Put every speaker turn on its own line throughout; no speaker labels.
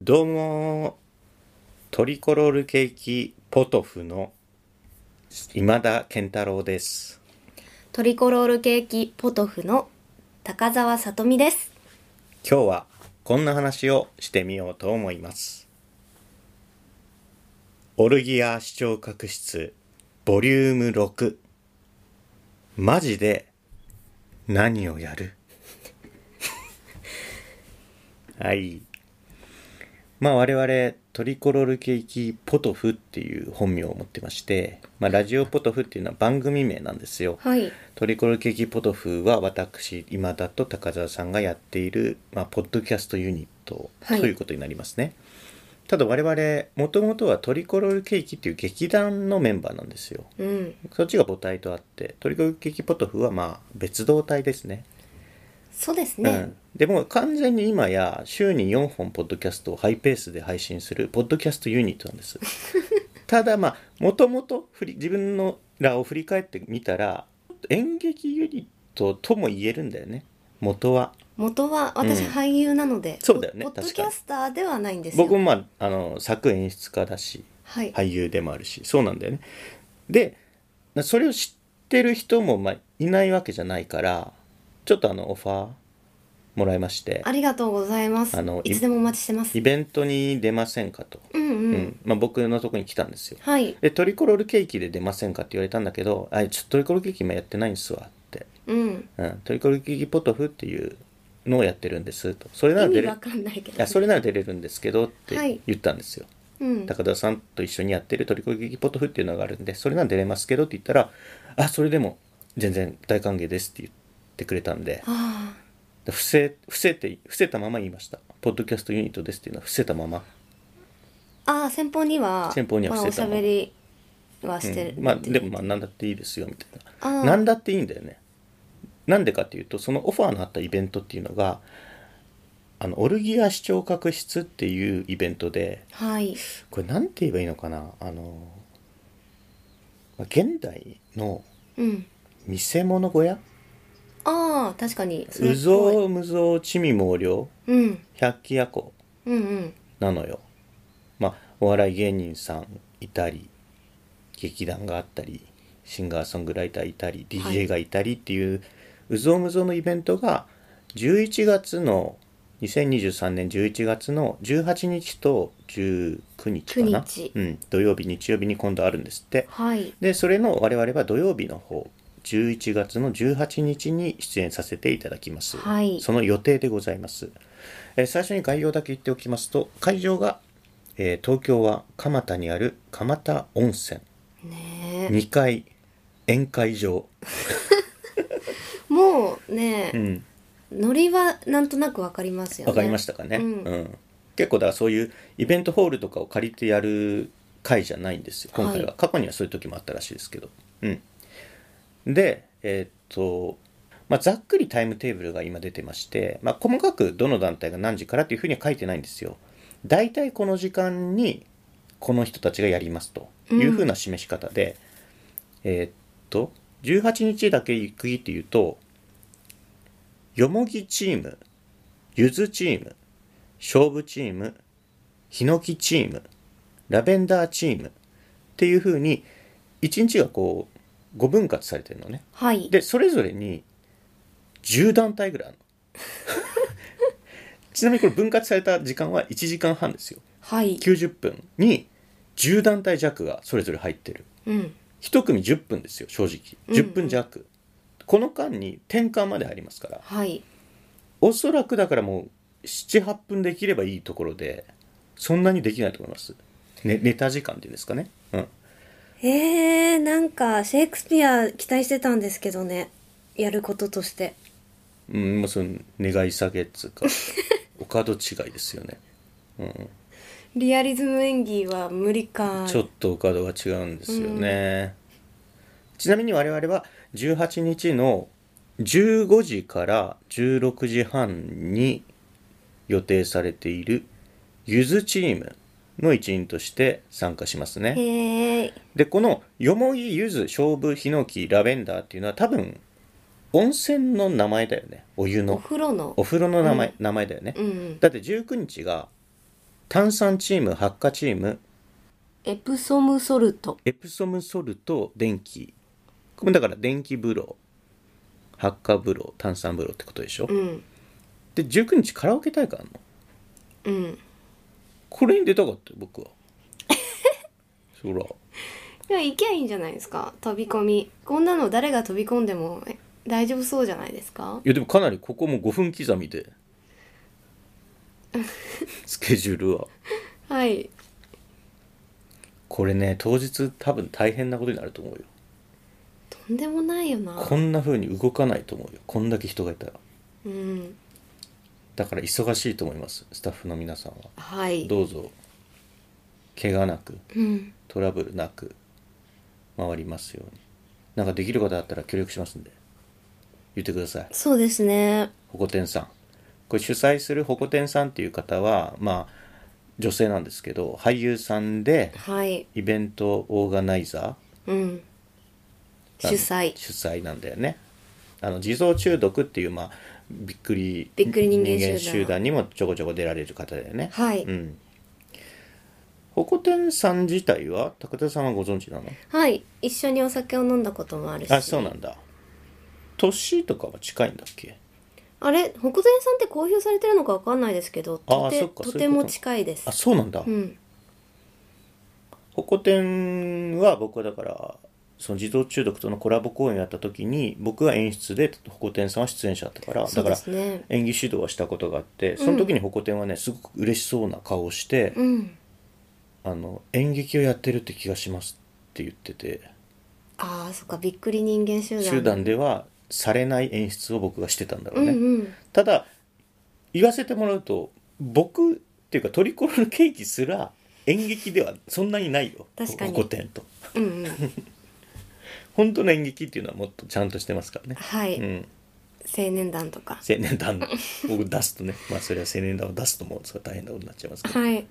どうもートリコロールケーキポトフの今田健太郎です
トリコロールケーキポトフの高澤さとみです。
今日はこんな話をしてみようと思いますオルギア視聴覚室ボリューム6マジで何をやる はいまあ我々トリコロールケーキポトフっていう本名を持ってまして、まあ、ラジオポトフっていうのは番組名なんですよ、
はい。
トリコロールケーキポトフは私今田と高澤さんがやっている、まあ、ポッドキャストユニットと
はい
いうことになりますね、ただ我々もともとはトリコロールケーキっていう劇団のメンバーなんですよ
うん。
そっちが母体とあってトリコロールケーキポトフはまあ別動体ですね
そうです
う
ね
ん。、でも完全に今や週に4本ポッドキャストをハイペースで配信するポッドキャストユニットなん ですただまあもともと自分のらを振り返ってみたら演劇ユニットとも言えるんだよね元は
元は私
うん
俳優なので、
そうだよね
ポポッド
確
キ
かに
ャスターではないんですよ。
僕もまああの作演出家だし
はい。
俳優でもあるしそうなんだよねでそれを知ってる人もまあいないわけじゃないからちょっとあのオファーもらいまして
ありがとうございます。
あのい
いつでもお待ちしてます
イ。ベントに出ませんかと
うんうん。
うんまあ、僕のとこに来たんですよ
はい。
でトリコロールケーキで出ませんかって言われたんだけど「あちょっとトリコロールケーキ今やってないんですわ」って、
うん。
うん「トリコロールケーキポトフっていうのをやってるんです」と「それな
意
ら出
味
れ
わかんないけど。
あそれなら出れるんですけど」って
はい
言ったんですよ、
うん。
高田さんと一緒にやってるトリコロールケーキポトフっていうのがあるんでそれなら出れますけどって言ったら「あそれでも全然大歓迎です」って言ってくれたんで
あ
で伏せ伏せて伏せたまま言いました「ポッドキャストユニットです」っていうのは伏せたまま
あ。ああ、先方には、
先方には
まあ、
伏
お
せ
したゃ
の
べりはしてる。
うんまあでもまあ何だっていいですよみたい
あ
な
ー
何だっていいんだよねなんでかっていうとそのオファーのあったイベントっていうのがあのオルギア視聴覚室っていうイベントで
はい。
これなんて言えばいいのかなあのまあ現代の
うん。
見せ物小屋
ああ、確かに。それ
う
っぽい
ぞうむぞう地味毛量
うん。
百鬼夜行
うんうん。
なのよまあお笑い芸人さんいたり劇団があったりシンガーソングライターいたり DJ がいたりっていう、うぞうむぞうのイベントが11月の2023年11月の18日と19日かな
9日
うん、土曜日日曜日に今度あるんですって
はい。
でそれの我々は土曜日の方11月の18日に出演させていただきます、
はい
その予定でございます、えー最初に概要だけ言っておきますと会場が、えー東京は蒲田にある蒲田温泉
ねえ。
2階宴会場、
もうね、
うん、
ノリはなんとなくわかりますよね。
わかりましたかね、
うん
結構だからそういうイベントホールとかを借りてやる会じゃないんですよ今回は、
はい
過去にはそういう時もあったらしいですけど、うん、でえーっと、まあ、ざっくりタイムテーブルが今出てまして、まあ、細かくどの団体が何時からっていうふうには書いてないんですよ大体この時間にこの人たちがやりますというふうな示し方で、えーっと18日だけ区切って言うとよもぎチームゆずチーム勝負チームヒノキチームラベンダーチームっていう風に1日がこう5分割されてるのね
はい。
でそれぞれに10団体ぐらいあるの ちなみにこれ分割された時間は1時間半ですよ
はい。
90分に10団体弱がそれぞれ入ってる
うん。
1組10分ですよ正直
うんうん
10分弱、この間に転換まで入りますから
はい。
おそらくだからもう78分できればいいところでそんなにできないと思います、ね、ネタ時間っていうんですかねうん
えー、なんかシェイクスピア期待してたんですけどね。やることとして。
うんもうその願い下げっつうかお門違いですよね、
リアリズム演技は無理か。
ちょっとお門が違うんですよね、ちなみに我々は18日の15時から16時半に予定されているゆずチームの一員として参加しますね
へえ。
でこのよもぎゆず勝負ヒノキラベンダーっていうのは多分温泉の名前だよねお湯
お
の
風呂の
お。風呂の名前,、名前だよね、
うんうん。
だって19日が炭酸チーム、発火チーム、
エプソムソルト。
エプソムソルト、電気。これだから電気風呂、発火風呂、炭酸風呂ってことでしょ。
うん。
で、19日カラオケ大会あるの
うん。
これに出たかったよ、 僕は。そら。
でも行きゃいいんじゃないですか。飛び込み。こんなの誰が飛び込んでもえ大丈夫そうじゃないですか。
いやでもかなりここも5分刻みでスケジュールは
はい。
これね当日多分大変なことになると思うよ
とんでもないよな。
こんな風に動かないと思うよこんだけ人がいたら
うん。
だから忙しいと思いますスタッフの皆さんは
はい。
どうぞ怪我なく
うん。
トラブルなく回りますようになんかできることあったら協力しますんで言ってください
そうですね。
ほこてんさんこれ主催するほこてんさんっていう方はまあ女性なんですけど俳優さんで
はい。
イベントオーガナイザ
うん。
ー
主催。
主催なんだよねあの地蔵中毒っていうまあびっくり
びっくり人間集団
にもちょこちょこ出られる方だよね
はい。
うんほこてんさん自体は高田さんはご存知なの
はい。一緒にお酒を飲んだこともあるし。
あそうなんだ年とかは近いんだっけ
あれ北前さんって公表されてるのかわかんないですけど、と
あーそ
て
っか
と
そうい
て
うこと
も近いです
あ。そうなんだ、
うん。
ホコ天は僕はだからその児童中毒とのコラボ公演をやった時に僕は演出でホコ天さんは出演者だったからだ
そう
か
で
ら
すね。
演技指導はしたことがあってその時にホコ天はねすごく嬉しそうな顔をして、
うん。
あの演劇をやってるって気がしますって言ってて
ああ、そっか。びっくり人間集団。
集団ではされない演出を僕がしてたんだろ
う
うんね、
うん。
ただ言わせてもらうと僕っていうかトリコロールケーキすら演劇ではそんなにないよ
確かに
ホコ天と。
うんうん。
本当の演劇っていうのはもっとちゃんとしてますからね。
はい。
うん、
青年団とか。
青年団僕出すとね、 まあそれは青年団を出すともうそれは大変なことになっちゃいますけど、
はい。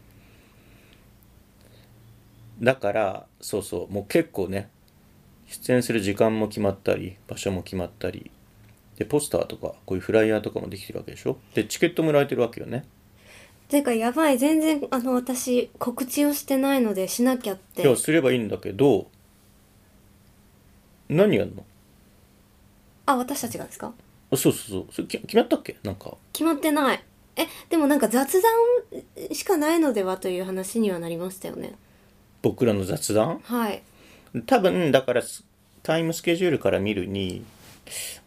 だからそうそうもう結構ね出演する時間も決まったり場所も決まったりでポスターとかこういうフライヤーとかもできてるわけでしょでチケットもらえてるわけよね
てか、やばい。全然、あの、私、告知をしてないので、しなきゃっ
いや
て。
すればいいんだけど何やるの
あ、私たちがですか
あそうそうそうそれき決まったっけなんか
決まってない。え、でもなんか雑談しかないのではという話にはなりましたよね。
僕らの雑談
はい。
多分だからスタイムスケジュールから見るに、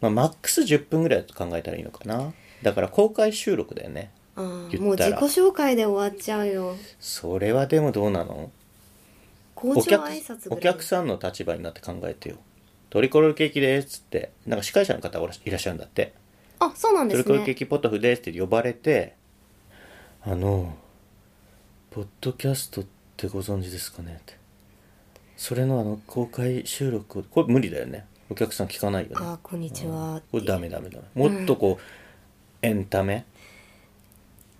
まあ、マックス10分ぐらいだと考えたらいいのかなだから公開収録だよね
あーも
言
う
った
自
ら
己紹介で終わっちゃうよ。
それはでもどうなの
校
お
長
客
挨拶ぐらい
お客さんの立場になって考えてよトリコロールケーキですっつってなんか司会者の方がおらいらっしゃるんだって、
あそうなん
ト
で
リ
す
コロールケー
ね
キポトフですって呼ばれてあのポッドキャストってご存知ですかねってそれのあの公開収録をこれ無理だよねお客さん聞かないよね
あこんにちは
これダメダメダメもっとこう、エンタメ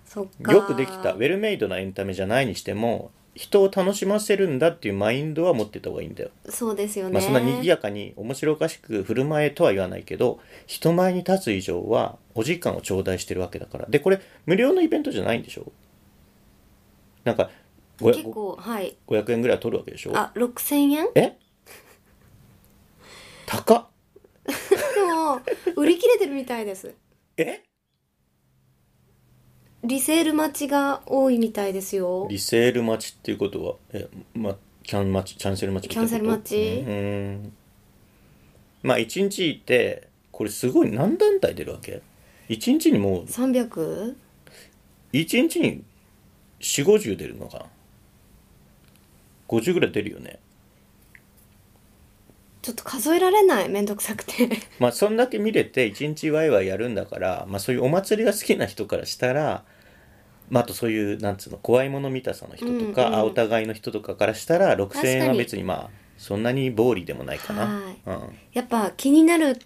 そっか
よくできたウェルメイドなエンタメじゃないにしても人を楽しませるんだっていうマインドは持ってた方がいいんだよ、
そうですよね、
まあ、そんな賑やかに面白おかしく振る舞えとは言わないけど人前に立つ以上はお時間を頂戴してるわけだからでこれ無料のイベントじゃないんでしょなんかご
結構はい
500円ぐらいは取るわけでしょ
あ6000円
え高っ
でも売り切れてるみたいです
え
リセール待ちが多いみたいですよ
リセール待ちっていうことは、え、ま、キャン待ち、キャンセル待ちみたいなこと
キャンセル待ち
うーん。まあ、1日いて、これすごい何団体出るわけ ?1 日にもう、
300?
1日に4、50出るのかな ?50 ぐらい出るよね。
ちょっと数えられないめんどくさくて
まあ、そんだけ見れて、1日ワイワイやるんだから、まあ、そういうお祭りが好きな人からしたら、まあ、あとそういう、なんつうの、怖いもの見たさの人とか、
うんうん
あお互いの人とかからしたら、6000円
確か
は
に
別にまあ、そんなに暴利でもないかな。
はい
うん。
やっぱ気になる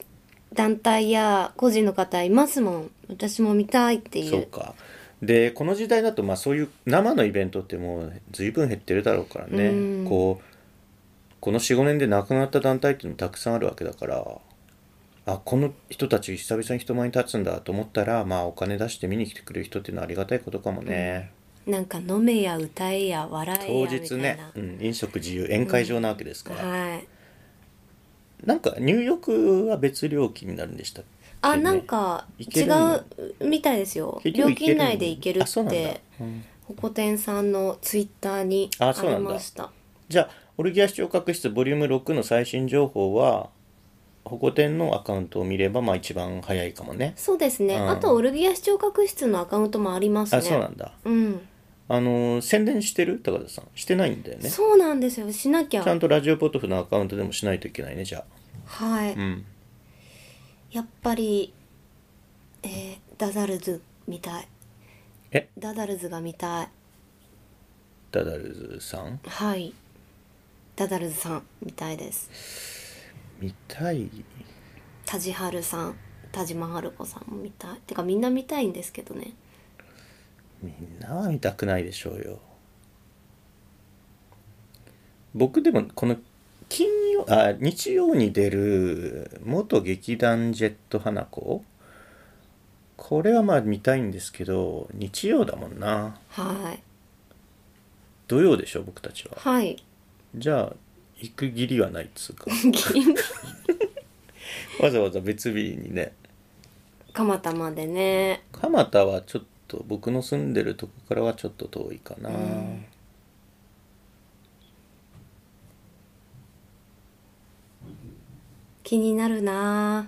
団体や個人の方いますもん私も見たいってい
そう
う
かでこの時代だとまあそういう生のイベントってもう随分減ってるだろうからね、
うん
こうこの45年で亡くなった団体っていうのもたくさんあるわけだからあこの人たち久々に人前に立つんだと思ったらまあお金出して見に来てくれる人っていうのはありがたいことかもね、
なんか飲めや歌えや笑え
当
やみたいな
日ね、うん、飲食自由宴会場なわけですから、
はい
なんか入浴は別料金になるんでしたっけ
あ
ね
なんか
行け
違
るんだ
うみたいですよ
結局
料
行ける
金内で行ける
あそう
っ
なんだ
て
うん
ホコ天さんのツイッターにあ
あそうな
り
んだ
ました
じゃあオルギア視聴覚室ボリューム6の最新情報は保護店のアカウントを見ればまあ一番早いかもね
そうですね、
うん
あとオルギア視聴覚室のアカウントもありますね
あそうなんだ
うん
あのー宣伝してる高田さんしてないんだよね
そうなんですよしなきゃ
ちゃんとラジオポトフのアカウントでもしないといけないねじゃ
はい、
あうん
やっぱり、えーダダルズみたい
え
ダダルズが見たい
ダダルズさん
はいダダルズさんみたいです
見たい
田地春さん田島春子さんも見たいてかみんな見たいんですけどね
みんなは見たくないでしょうよ僕でもこの金曜あ日曜に出る元劇団ジェット花子これはまあ見たいんですけど日曜だもんな
はい
土曜でしょ僕たちは
はい
じゃあ行く義理はないっつうかわざわざ別日にね
蒲田までね
蒲田はちょっと僕の住んでるとこからはちょっと遠いかな、
うん気になるな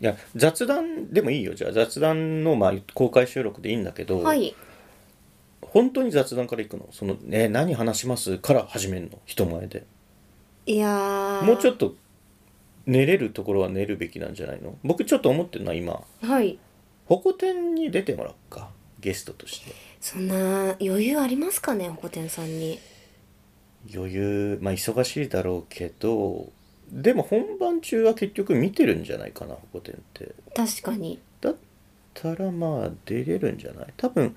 い
や雑談でもいいよじゃあ雑談のまあ公開収録でいいんだけど、
はい
本当に雑談からいくのその、ね、何話しますから始めるの人前で
いやー
もうちょっと寝れるところは寝るべきなんじゃないの僕ちょっと思ってるのは今
はい
ホコ天に出てもらおうかゲストとして
そんな余裕ありますかねホコ天さんに
余裕まあ忙しいだろうけどでも本番中は結局見てるんじゃないかなホコ天って
確かに
だったらまあ出れるんじゃない多分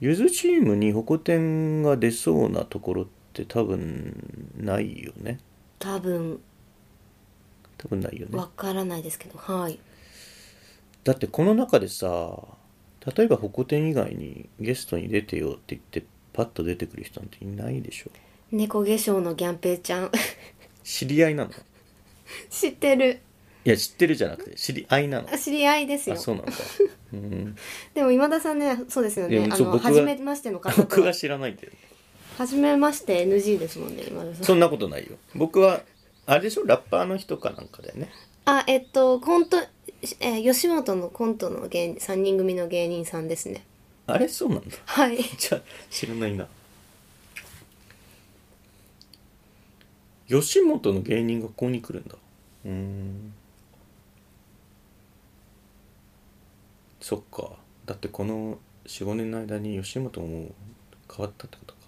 ゆずチームにホコ天が出そうなところって多分ないよね
多分
多分ないよね
わからないですけどはい
だってこの中でさ例えばホコ天以外にゲストに出てよって言ってパッと出てくる人なんていないでしょ
猫化粧のギャンペイちゃん
知り合いなのい
知ってる
や知ってるじゃなくて知り合いなの
あ知り合いですよ
あそう なんだ、うん、
でも今田さんねそうですよ
いや
ねあ
そう
の
僕は
初めましての方
僕
と
は
は
知らないんだよ
初めまして NG ですもんね今田さん
そんなことないよ僕はあれでしょラッパーの人かなんかだよね
あえっとコント、えー吉本のコントの芸人3人組の芸人さんですね
あれそうなんだ
はい
じゃあ知らないな吉本の芸人がここに来るんだうーんそっかだってこの45年の間に吉本ももう変わったってことか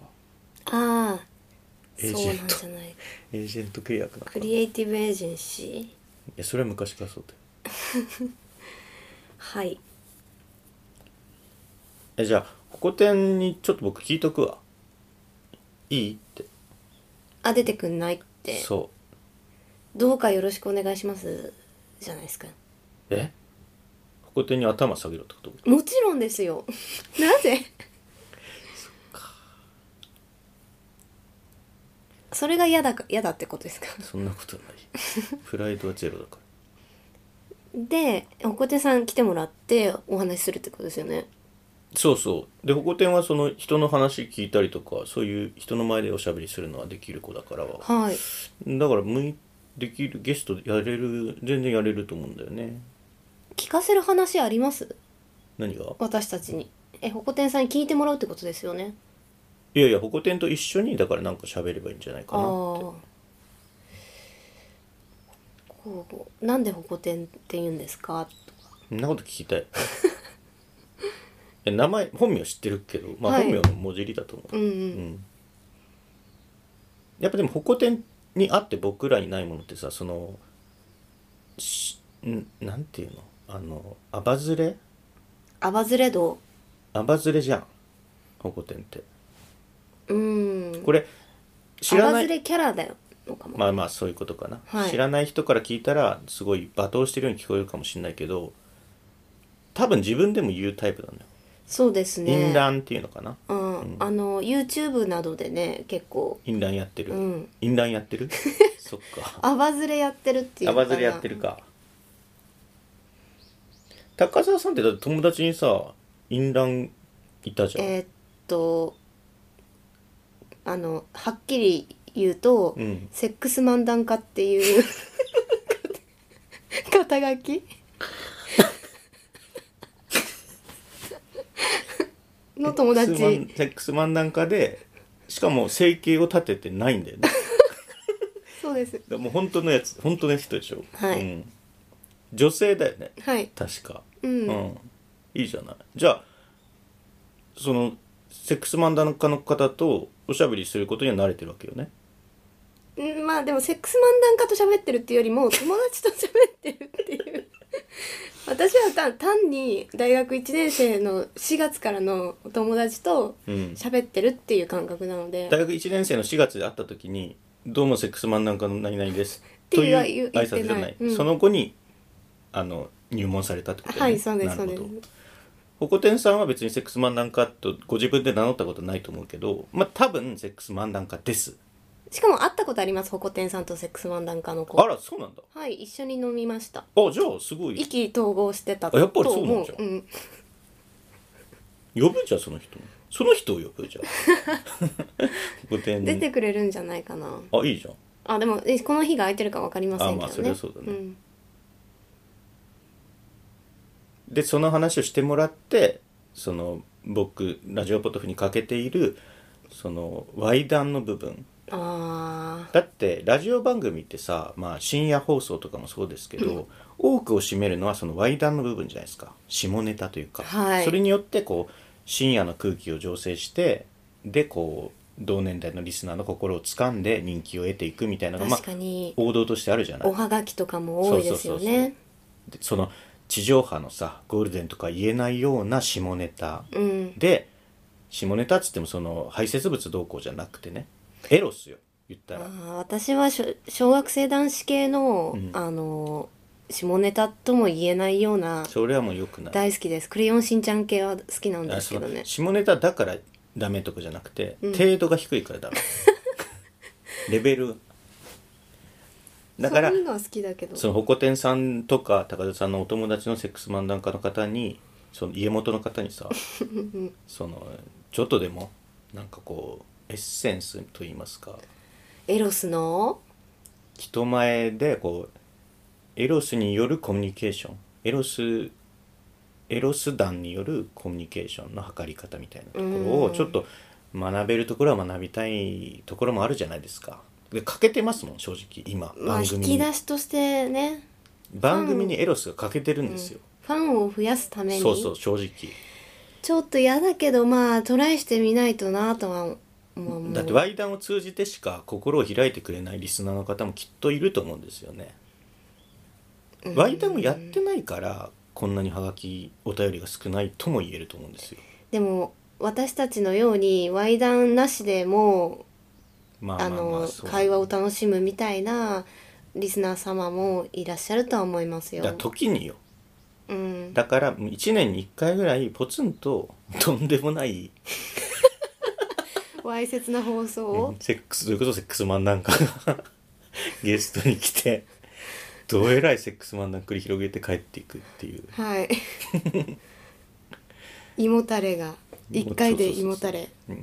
ああ
エー
そう
ジ
なん
ェント
じゃない
エージェント契約なのか
ク
ない
リエイティブエージェンシー
やそれは昔からそうだよ
はい
えじゃあここ店にちょっと僕聞いとくわいいって
あ出てくんないって
そう
どうかよろしくお願いしますじゃないですか
えここ店に頭下げろってこと
もちろんですよ なぜそれが嫌だか嫌だってことですか
そんなことないプライドはゼロだから
でおこてさん来てもらってお話しするってことですよね
そうそうで保護店はその人の話聞いたりとかそういう人の前でおしゃべりするのはできる子だからだか
はい
ら向いできるゲストやれる全然やれると思うんだよね
聞かせる話あります
何が
私たちにえほこてんさんに聞いてもらうってことですよね
いやいや保護店と一緒にだからなんか喋ればいいんじゃないか
ああ
な
ーこうなんでほこてんって言うんですか
そんなこと聞きたい いや名前本名知ってるけど、まあ、
はい
本名の文字入りだと思う、
うんうん
うんやっぱでも保護店にあって僕らにないものってさそのしんなんていうのあのアバズレ
アバズレド
アバズレじゃん保護店って
うん
これ知
ア
ら
バ
な
ズ
い
レキャラだよのかも、
まあまあそういうことかな、
はい
知らない人から聞いたらすごい罵倒してるように聞こえるかもしれないけど多分自分でも言うタイプなんだよ
そうですね
インランっていうのかな
うん、あの YouTube などでね結構
インランやってる、
うん
インランや ってるそっか
アバズレやってるっていう
ア
のかな
バズレやってるか高澤さんってだって友達にさインランいたじゃん、
えーっとあのはっきり言うと、
うん
セックス漫談家っ ていう肩書きの友達
セックスマンセックス漫談家でしかも生計を立ててないん だよねだか
そうです
らもう本当のやつ本当の人でしょ、
はい
うん、女性だよね
はい
確か
うん、
うん、いいじゃないじゃあそのセックス漫談家の方とおしゃべりすることには慣れてるわけよね
うんまあでもセックス漫談家と喋ってるっていうよりも友達と喋ってるっていう 私はた単に大学1年生の4月からのお友達と
うん
喋ってるっていう感覚なので、
大学1年生の4月で会った時に「どうもセックス漫談家の何々です」
て
と
い
いうう
は
挨
言ってない
拶じゃない、
うん
その後にあの入門されたってこと
はいそうです
なるほど
そうで
ほこてんさんは別にセックス漫談家とご自分で名乗ったことないと思うけどまあ多分セックス漫談家です
しかも会ったことありますホコテンさんとセックス漫談家の子
あらそうなんだ
はい一緒に飲みました
あじゃあすごい
意気投合してた
あやっぱり
と
そうなん
思
じゃん
う、うん、
呼ぶじゃんその人その人を呼ぶじゃんほこてん
出てくれるんじゃないかな
あいいじゃん
あでもえこの日が空いてるか分かりませんけどね
あまあそれはそうだね
ん
でその話をしてもらってその僕ラジオポトフに欠けているそのワ談の部分
あ
だってラジオ番組ってさ、まあ、深夜放送とかもそうですけど、多くを占めるのはそのワ談の部分じゃないですか下ネタというか、
はい
それによってこう深夜の空気を醸成してでこう同年代のリスナーの心を掴んで人気を得ていくみたいな
あ
のが、まあ
確、かに、
王道としてあるじゃない
おはがきとかも多いです
そうそ
よ
うそう
ね
でその地上波のさゴールデンとか言えないような下ネタ
うん
で下ネタっつってもその排泄物どうこうじゃなくてねエロスよ言った
あ
ら
ー私はしょ小学生男子系の、
うん
あの下ネタとも言えないような
それはもう良くない
大好きですクレヨンしんちゃん系は好きなんで
あ
す
そ
けど
の
ね
下ネタだからダメとかじゃなくて、
うん
程度が低いから ダメレベルだから
そういうのは好きだけど
そのほこてんさんとか高田さんのお友達のセックス漫談家の方にその家元の方に さそのちょっとでもなんかこうエッセンスと言いますか
エロスの
人前でこうエロスによるコミュニケーションエロスエロス団によるコミュニケーションの測り方みたいなところ
う
を
ん
ちょっと学べるところは学びたいところもあるじゃないですか。で欠けてますもん正直今
まあ
番
引
組
き
に
出しとしてね
番組にエロスが欠けてるんですよ。
ファンを増やすために
そうそう正直。
ちょっと嫌だけどまあトライしてみないとなとは思うもう
だってワイダンを通じてしか心を開いてくれないリスナーの方もきっといると思うんですよね。ワイダンをやってないからこんなにハガキお便りが少ないとも言えると思うんですよ。
でも私たちのようにワイダンなしでも
まあまあ
あ
まあ
の
そう
会話を楽しむみたいなリスナー様もいらっしゃるとは思いますよ
だ。時によ
うん、
だから1年に1回ぐらいポツンととんでもない
わいせつな放送を
セックスそれこそセックスマンなんかがゲストに来てどえらいセックスマンなん繰り広げて帰っていくっていう
はい 胃もたれが1回で胃もたれ
好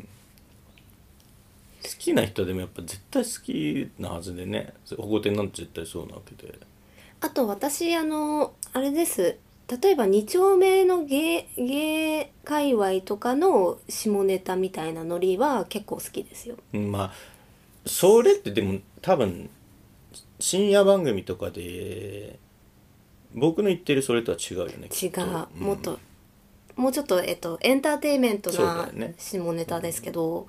きな人でもやっぱ絶対好きなはずでね保護店なんて絶対そうなわけで
あと私あのあれです例えば2丁目の芸芸界隈とかの下ネタみたいなノリは結構好きですよ。
うんまあそれってでも多分深夜番組とかで僕の言ってるそれとは違うよねき
違
っと
う、
うん
もっともうちょっと、えっと、エンターテインメント
そうだ
な
よね
下ネタですけど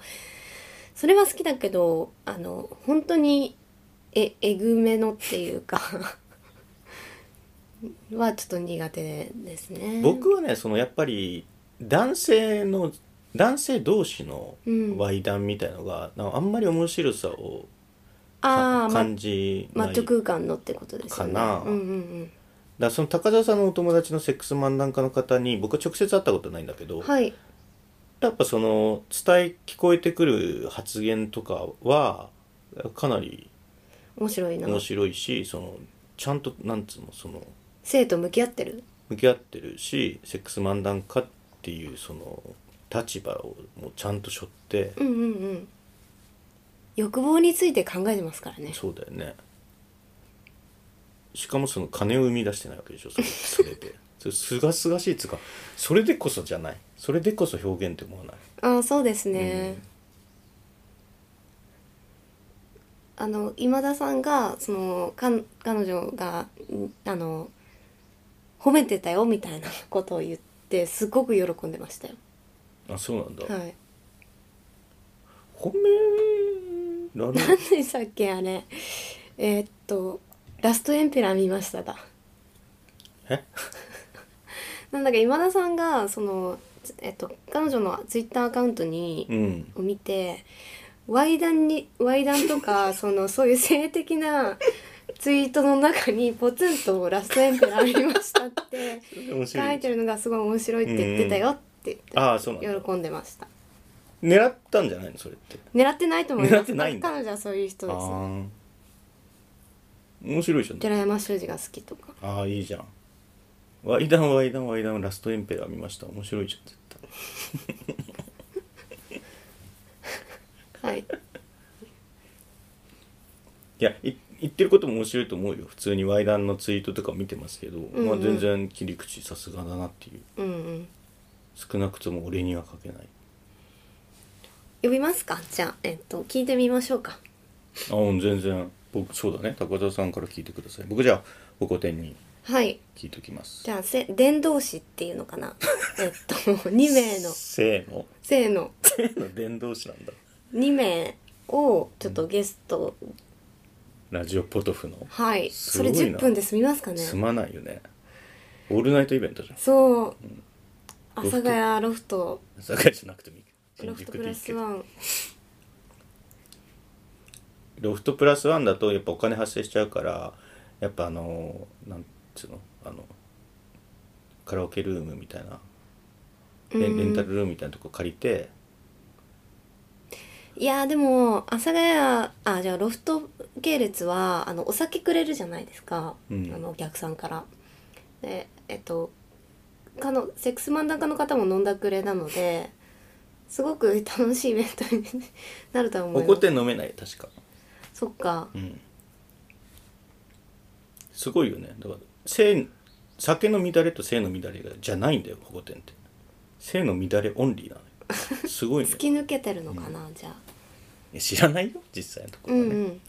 そ,、れは好きだけどあの本当にええぐめのっていうか はちょっと苦手ですね。
僕はねそのやっぱり男性の男性同士の
うん
ワイダンみたいのが、なんかあんまり面白さを
ああ、ま、
感じ
マ
ない
ッチョ空間のってことですよね。
かな
うんうんうん
だからその高澤さんのお友達のセックス漫談家の方に僕は直接会ったことないんだけど、
はい
やっぱその伝え聞こえてくる発言とかはかなり
面白いな
面白いしそのちゃんとなんつうのその
生と向き合ってる
向き合ってるしセックス漫談家っていうその立場をもうちゃんと背負って、
うんうんうん欲望について考えてますからね
そうだよねしかもその金を生み出してないわけでしょそれそれで それすがすがしいっつうかそれでこそじゃないそれでこそ表現って思わない
ああそうですね、あの今田さんがそのかん彼女がんあの褒めてたよみたいなことを言ってすごく喜んでましたよ
あそうなんだ、
はい
褒められる
何でしたっけあれえーっと「ラストエンペラー見ましただ」
え
なんだか今田さんがその、えっと、彼女のツイッターアカウントに、
うん
を見て猥談に猥談と かそのそういう性的なツイートの中にポツンと「ラストエンペラーありました」って
面
書
白
い
い
てるのがすごい面白いって言ってたよって
ああそうなん
言っ
だ
て喜んでました
狙ったんじゃないのそれって
狙ってないと思いま
狙
す
ってないんだ
彼女はそういう人
あ
です
ー面白いじゃん
寺山修司が好きとか
ああいいじゃん「ワイダンワイダンワイダンラストエンペラー見ました面白いじゃん」絶対
はい
いやい言ってることも面白いと思うよ普通にワイダンのツイートとか見てますけど、
ん
まあ、全然切り口さすがだなっていう
うんうん
少なくとも俺には書けない
呼びますかじゃあえっと聞いてみましょうか
あうん全然僕そうだね高田さんから聞いてください僕じゃあおこてんに
はい
聞いときます
じゃあせ伝道師っていうの かなえっと2名の
せーの
性の
せーの伝道師なんだ
2名をちょっとゲスト、
ラジオポトフの
はい
す
そ
ごい
れ
な
10分で済みますかね
すまないよねオールナイトイベントじゃん
そう阿
ロフト
佐ヶ谷ロフト
朝霞じゃなくてもいい新
ロフト
宿
プ
でい
ラ
い
ス
けど
ワン
ロフトプラスワンだとやっぱお金発生しちゃうからやっぱあのなんつうのあのカラオケルームみたいなレンレンタルルームみたいなとこ借りて
いやーでも阿佐ヶ谷あじゃあロフト系列はあのお酒くれるじゃないですか、
うん
あのお客さんからでえっとかのセックス漫談家の方も飲んだくれなのですごく楽しいイベントになるとは思
お
いま
こ
す
てん飲めない確か
そっか
うんすごいよねだから性酒の乱れと性の乱れがじゃないんだよおこてんって性の乱れオンリーなのよす ごいね
突き抜けてるのかな、じゃあ
いや知らないよ実際のとこ
う
ろは
んう
ね、
ん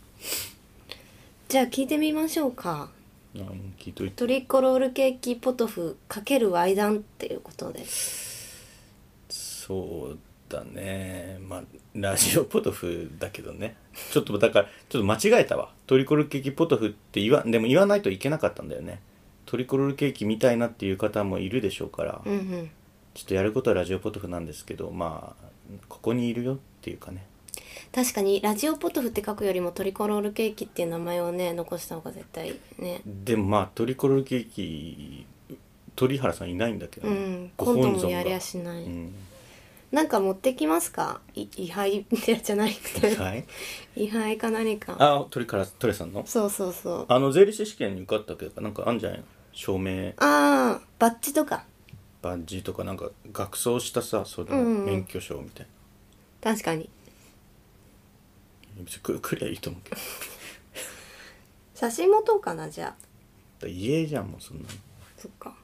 じゃあ聞いてみましょうか
うんうん、聞いといて
トリコロールケーキポトフ×ワイダンっていうことで
そうだねまあラジオポトフだけどねちょっとだからちょっと間違えたわトリコロールケーキポトフって言わでも言わないといけなかったんだよねトリコロールケーキみたいなっていう方もいるでしょうから、
うんうん
ちょっとやることはラジオポトフなんですけどまあここにいるよっていうかね
確かにラジオポトフって書くよりもトリコロールケーキっていう名前をね残した方が絶対ね
でもまあトリコロールケーキ鳥原さんいないんだけど
う
ね、
ん
ご
今度
本
も
尊が
やりゃしない、
うん
なんか持ってきますかい位牌じゃなくて
はい
位牌か何か
あ鳥から鳥さんの
そうそうそう
あの税理士試験に受かったけどなんかあんじゃないの証明
ああバッジとか
バッジとかなんか学装したさその
うんうん
免許証みたい
確かに
な、別にくくりゃいいと思うけどだか
写真もどうかなじゃあ
ら家じゃんもうそんなの
そっか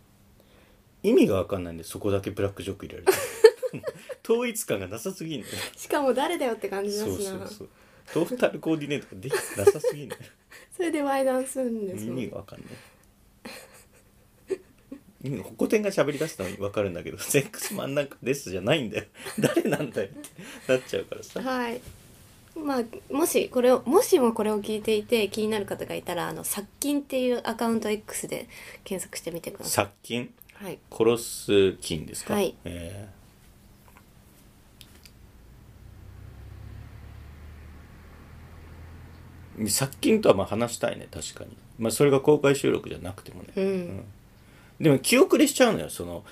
意味が分かんないんでそこだけブラックジョーク入れられて 統一感がなさすぎんのよ
しかも誰だよって感じだし
そ
な
うそうそうトータルコーディネートができてなさすぎんのよ
それでワイダンするんです
意
もん
味が分かんない意味がここ点が喋り出すのに分かるんだけど セックスマンなんかですじゃないんだよ誰なんだよってなっちゃうからさ
はい。まあ、もしこれをもしもこれを聞いていて気になる方がいたらあの殺菌っていうアカウント X で検索してみてくださ
殺菌
い。はい。
殺す菌ですか、
はい
えー殺菌とはまあ話したいね確かに、まあ、それが公開収録じゃなくてもね、
うん、
でも気遅れしちゃうのよその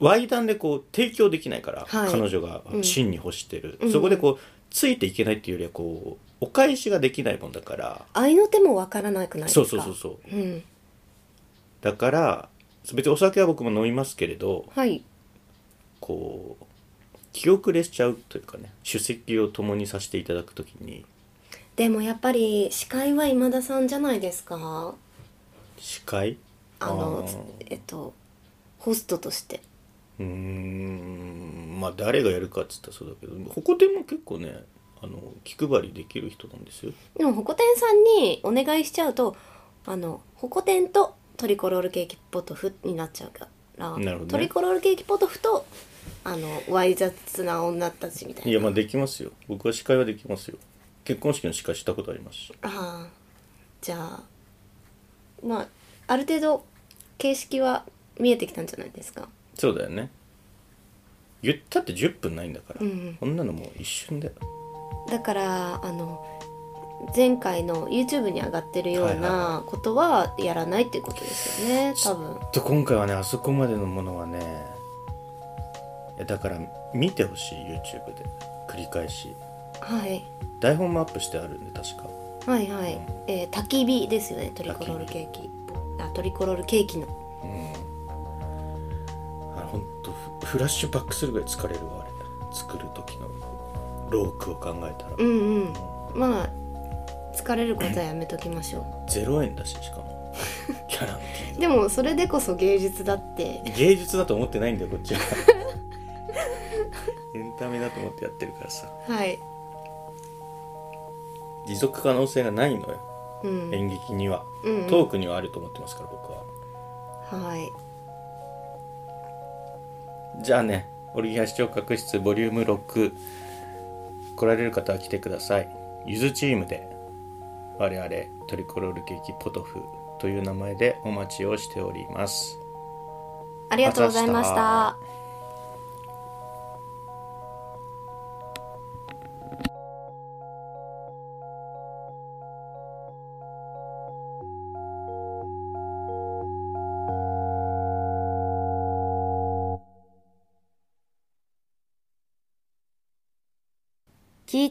猥談でこう提供できないから、
はい
彼女が真に欲してる、
うん
そこでこうついていけないっていうよりはこうお返しができないもんだから
愛の手もわからなくないです
そ
か
うそうそうそう
う、うん、
だから別にお酒は僕も飲みますけれど
はい
こう気遅れしちゃうというかね出席を共にさせていただくときに
でもやっぱり司会は今田さんじゃないですか
司会
あの
ー
つえっとホストとして
うーんまあ誰がやるかっつったらそうだけどホコ天も結構ねあの気配りできる人なんですよ
でもホコ天さんにお願いしちゃうとあのホコ天とトリコロールケーキポトフになっちゃうから、
なるほどね
トリコロールケーキポトフとあのワイザツな女たちみたいない
やまあできますよ僕は司会はできますよ結婚式の司会したことありますし
ああじゃあまあある程度形式は見えてきたんじゃないですか
そうだよね言ったって10分ないんだから、
うん
こんなのもう一瞬だよ
だからあの前回の YouTube に上がってるよう
はいはい
なことはやらないっていうことですよね、多分
ちょっと今回はねあそこまでのものはねいやだから見てほしい YouTube で繰り返し
はい
台本もアップしてあるんで確か
はいはい、えー焚き火ですよねトリコロール
焚き火
ケーキあトリコロールケーキの
あ本当フフラッシュバックするぐらい疲れるわあれ作る時のロークを考えたら、
うんうんまあ疲れることはやめときましょ
0円だししかも ギャランティー
うでもそれでこそ芸術だって
芸術だと思ってないんだよこっち はエンタメだと思ってやってるからさ
はい、
持続可能性がないのよ
うん、
演劇には、
うんうん
トークにはあると思ってますから僕は
はい
じゃあねオリギア視聴覚室ボリューム6来られる方は来てくださいゆずチームで我々トリコロールケーキポトフという名前でお待ちをしております
ありがとうございまし
また明
た
日。
聞い